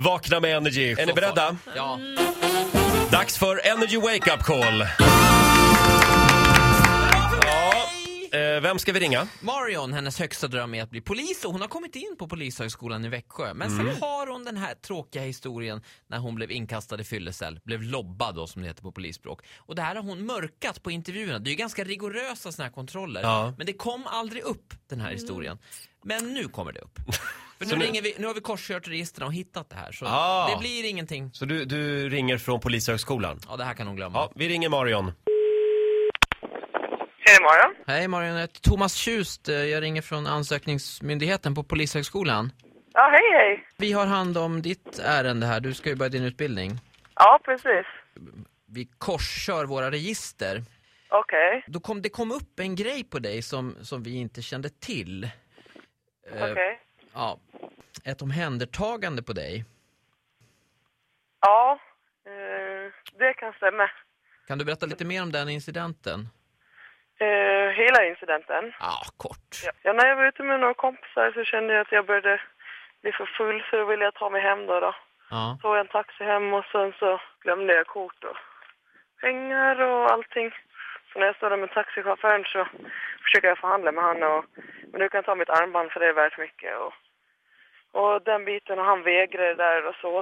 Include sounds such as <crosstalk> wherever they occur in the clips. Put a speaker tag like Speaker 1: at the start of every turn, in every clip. Speaker 1: Vakna med Energy. Är ni beredda?
Speaker 2: Ja.
Speaker 1: Dags för Energy Wake Up Call. Ja, eh, vem ska vi ringa?
Speaker 2: Marion, hennes högsta dröm är att bli polis och hon har kommit in på polishögskolan i Växjö. Men
Speaker 1: Mm.
Speaker 2: sen har hon den här tråkiga historien när hon blev inkastad i fyllecell, blev lobbad då som det heter på polisspråk. Och det här har hon mörkat på intervjuerna. Det är ju ganska rigorösa sådana här kontroller.
Speaker 1: Ja. Mm.
Speaker 2: Men det kom aldrig upp den här historien. Men nu kommer
Speaker 1: <laughs>
Speaker 2: det upp. För nu,
Speaker 1: Så nu-
Speaker 2: ringer vi, nu har vi korskört registren och hittat det här. Så
Speaker 1: Ah.
Speaker 2: det blir ingenting.
Speaker 1: Så du, du ringer från Polishögskolan?
Speaker 2: Ja, det här kan hon glömma.
Speaker 1: Ja, vi ringer Marion.
Speaker 3: Hej, morgon.
Speaker 2: Hej Marion, jag heter Thomas Tjust. Eh, Jag ringer från ansökningsmyndigheten på polishögskolan.
Speaker 3: Ja, hej, hej.
Speaker 2: Vi har hand om ditt ärende här. Du ska ju börja din utbildning.
Speaker 3: Ja, precis.
Speaker 2: Vi korskör våra register.
Speaker 3: Okej.
Speaker 2: Då kom, det kom upp en grej på dig som, som vi inte kände till. Eh,
Speaker 3: Okej.
Speaker 2: ja, ett omhändertagande på dig.
Speaker 3: Ja, eh, det kan stämma.
Speaker 2: Kan du berätta lite mer om den incidenten?
Speaker 3: Eh, hela incidenten.
Speaker 2: Ja, kort.
Speaker 3: Ja, när jag var ute med några kompisar så kände jag att jag började bli för full så då ville jag ta mig hem då. då.
Speaker 2: Ja.
Speaker 3: Tog jag en taxi hem och sen så glömde jag kort och pengar och allting. Så när jag står där med taxichauffören så försöker jag förhandla med honom. Och, men du kan ta mitt armband för det är värt mycket. Och, och den biten och han vägrade där och så.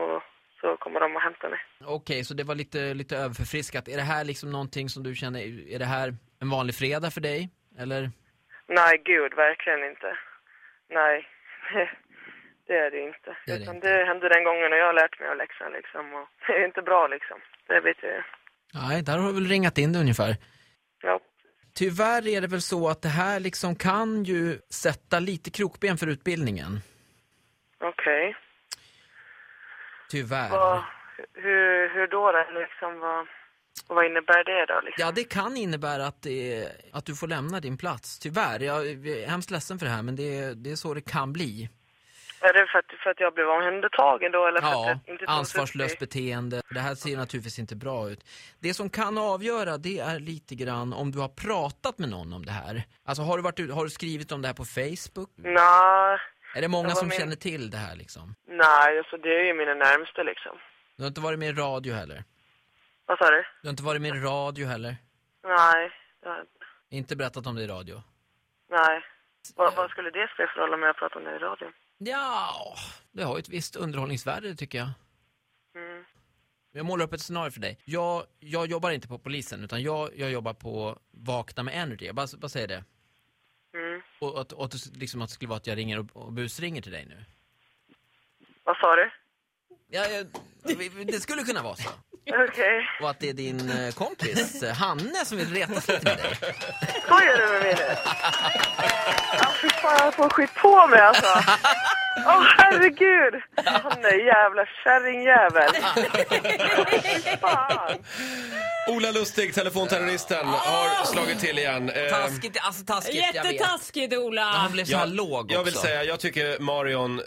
Speaker 3: Och så kommer de och hämtar mig.
Speaker 2: Okej, så det var lite, lite överförfriskat. Är det här liksom någonting som du känner, är det här en vanlig fredag för dig? Eller?
Speaker 3: Nej, gud, verkligen inte. Nej, <laughs> det är det inte.
Speaker 2: Det är det
Speaker 3: Utan
Speaker 2: inte.
Speaker 3: det hände den gången och jag har lärt mig av läxan liksom. Och <laughs> det är inte bra liksom. Det vet jag ju.
Speaker 2: Nej, där har du väl ringat in det ungefär.
Speaker 3: Ja.
Speaker 2: Tyvärr är det väl så att det här liksom kan ju sätta lite krokben för utbildningen.
Speaker 3: Okej.
Speaker 2: Tyvärr.
Speaker 3: Vad, hur, hur då då? Liksom, vad, vad innebär det då liksom?
Speaker 2: Ja, det kan innebära att, det, att du får lämna din plats. Tyvärr. Jag är hemskt ledsen för det här, men det, det är så det kan bli.
Speaker 3: Är det för att, för att jag blev omhändertagen då eller för
Speaker 2: Ja,
Speaker 3: att jag inte togs upp
Speaker 2: ansvarslöst
Speaker 3: i-
Speaker 2: beteende. Det här ser naturligtvis inte bra ut. Det som kan avgöra det är lite grann om du har pratat med någon om det här. Alltså har du, varit, ut- har du skrivit om det här på Facebook?
Speaker 3: Nej,
Speaker 2: Är det många
Speaker 3: Jag var
Speaker 2: som
Speaker 3: med-
Speaker 2: känner till det här liksom?
Speaker 3: nej, alltså det är ju mina närmsta liksom.
Speaker 2: Du har inte varit med i radio heller?
Speaker 3: Vad sa du?
Speaker 2: Du har inte varit med i radio heller?
Speaker 3: Nej, det har jag inte.
Speaker 2: Inte berättat om det i radio?
Speaker 3: nej. Vad, vad skulle det spela för roll om jag pratar om det i radion?
Speaker 2: Ja, det har ju ett visst underhållningsvärde tycker jag.
Speaker 3: Mm.
Speaker 2: Jag målar upp ett scenario för dig. Jag, jag jobbar inte på polisen utan jag, jag jobbar på Vakna med Energy. Jag bara, bara säger det.
Speaker 3: Mm.
Speaker 2: Och, att, och att, liksom att det skulle vara att jag ringer och, och busringer till dig nu.
Speaker 3: Vad
Speaker 2: <laughs>
Speaker 3: sa du?
Speaker 2: Ja, jag, vi- vi- det skulle kunna vara så.
Speaker 3: Okej.
Speaker 2: Och att det är din eh, kompis
Speaker 4: <laughs>
Speaker 2: eh, Hanne som vill retas lite med dig.
Speaker 3: Skojar du med mig nu? Ja, fy fan, jag får skit på mig alltså. Åh, herregud. Han är jävla kärringjävel. Fy fan.
Speaker 1: Ola Lustig, telefonterroristen, har slagit till igen. Eh,
Speaker 2: Taskigt, alltså taskigt, jag vet.
Speaker 4: Jättetaskigt Ola!
Speaker 2: Han blev så här
Speaker 1: jag,
Speaker 2: låg också.
Speaker 1: jag vill säga, jag tycker Marion, eh,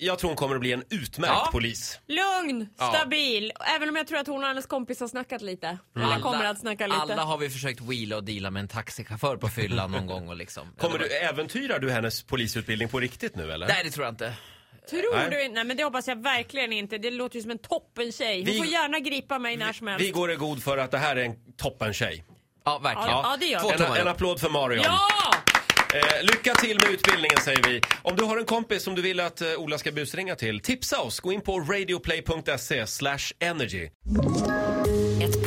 Speaker 1: jag tror hon kommer att bli en utmärkt
Speaker 2: Ja.
Speaker 1: polis.
Speaker 4: Lugn,
Speaker 1: Ja.
Speaker 4: stabil. Även om jag tror att hon och hennes kompis har snackat lite. Eller kommer att snacka lite.
Speaker 2: alla har vi försökt wheela och deala med en taxichaufför på fyllan någon gång och liksom.
Speaker 1: Kommer du, äventyrar du hennes polisutbildning på riktigt nu eller?
Speaker 2: Nej, det tror jag inte.
Speaker 4: Tror
Speaker 1: Nej.
Speaker 4: du inte? Nej men det hoppas jag verkligen inte. Det låter ju som en toppen tjej. Hon
Speaker 1: Vi-
Speaker 4: får gärna gripa mig när som helst.
Speaker 1: Vi går i god för att det här är en toppen tjej.
Speaker 2: Ja, verkligen.
Speaker 4: Ja, ja, det gör
Speaker 2: Två
Speaker 4: vi.
Speaker 1: En,
Speaker 2: tummar
Speaker 1: en
Speaker 2: upp.
Speaker 1: applåd för Marion.
Speaker 4: Ja!
Speaker 1: Eh, lycka till med utbildningen säger vi. Om du har en kompis som du vill att eh, Ola ska busringa till, tipsa oss. Gå in på radioplay.se slash energy.
Speaker 5: Ett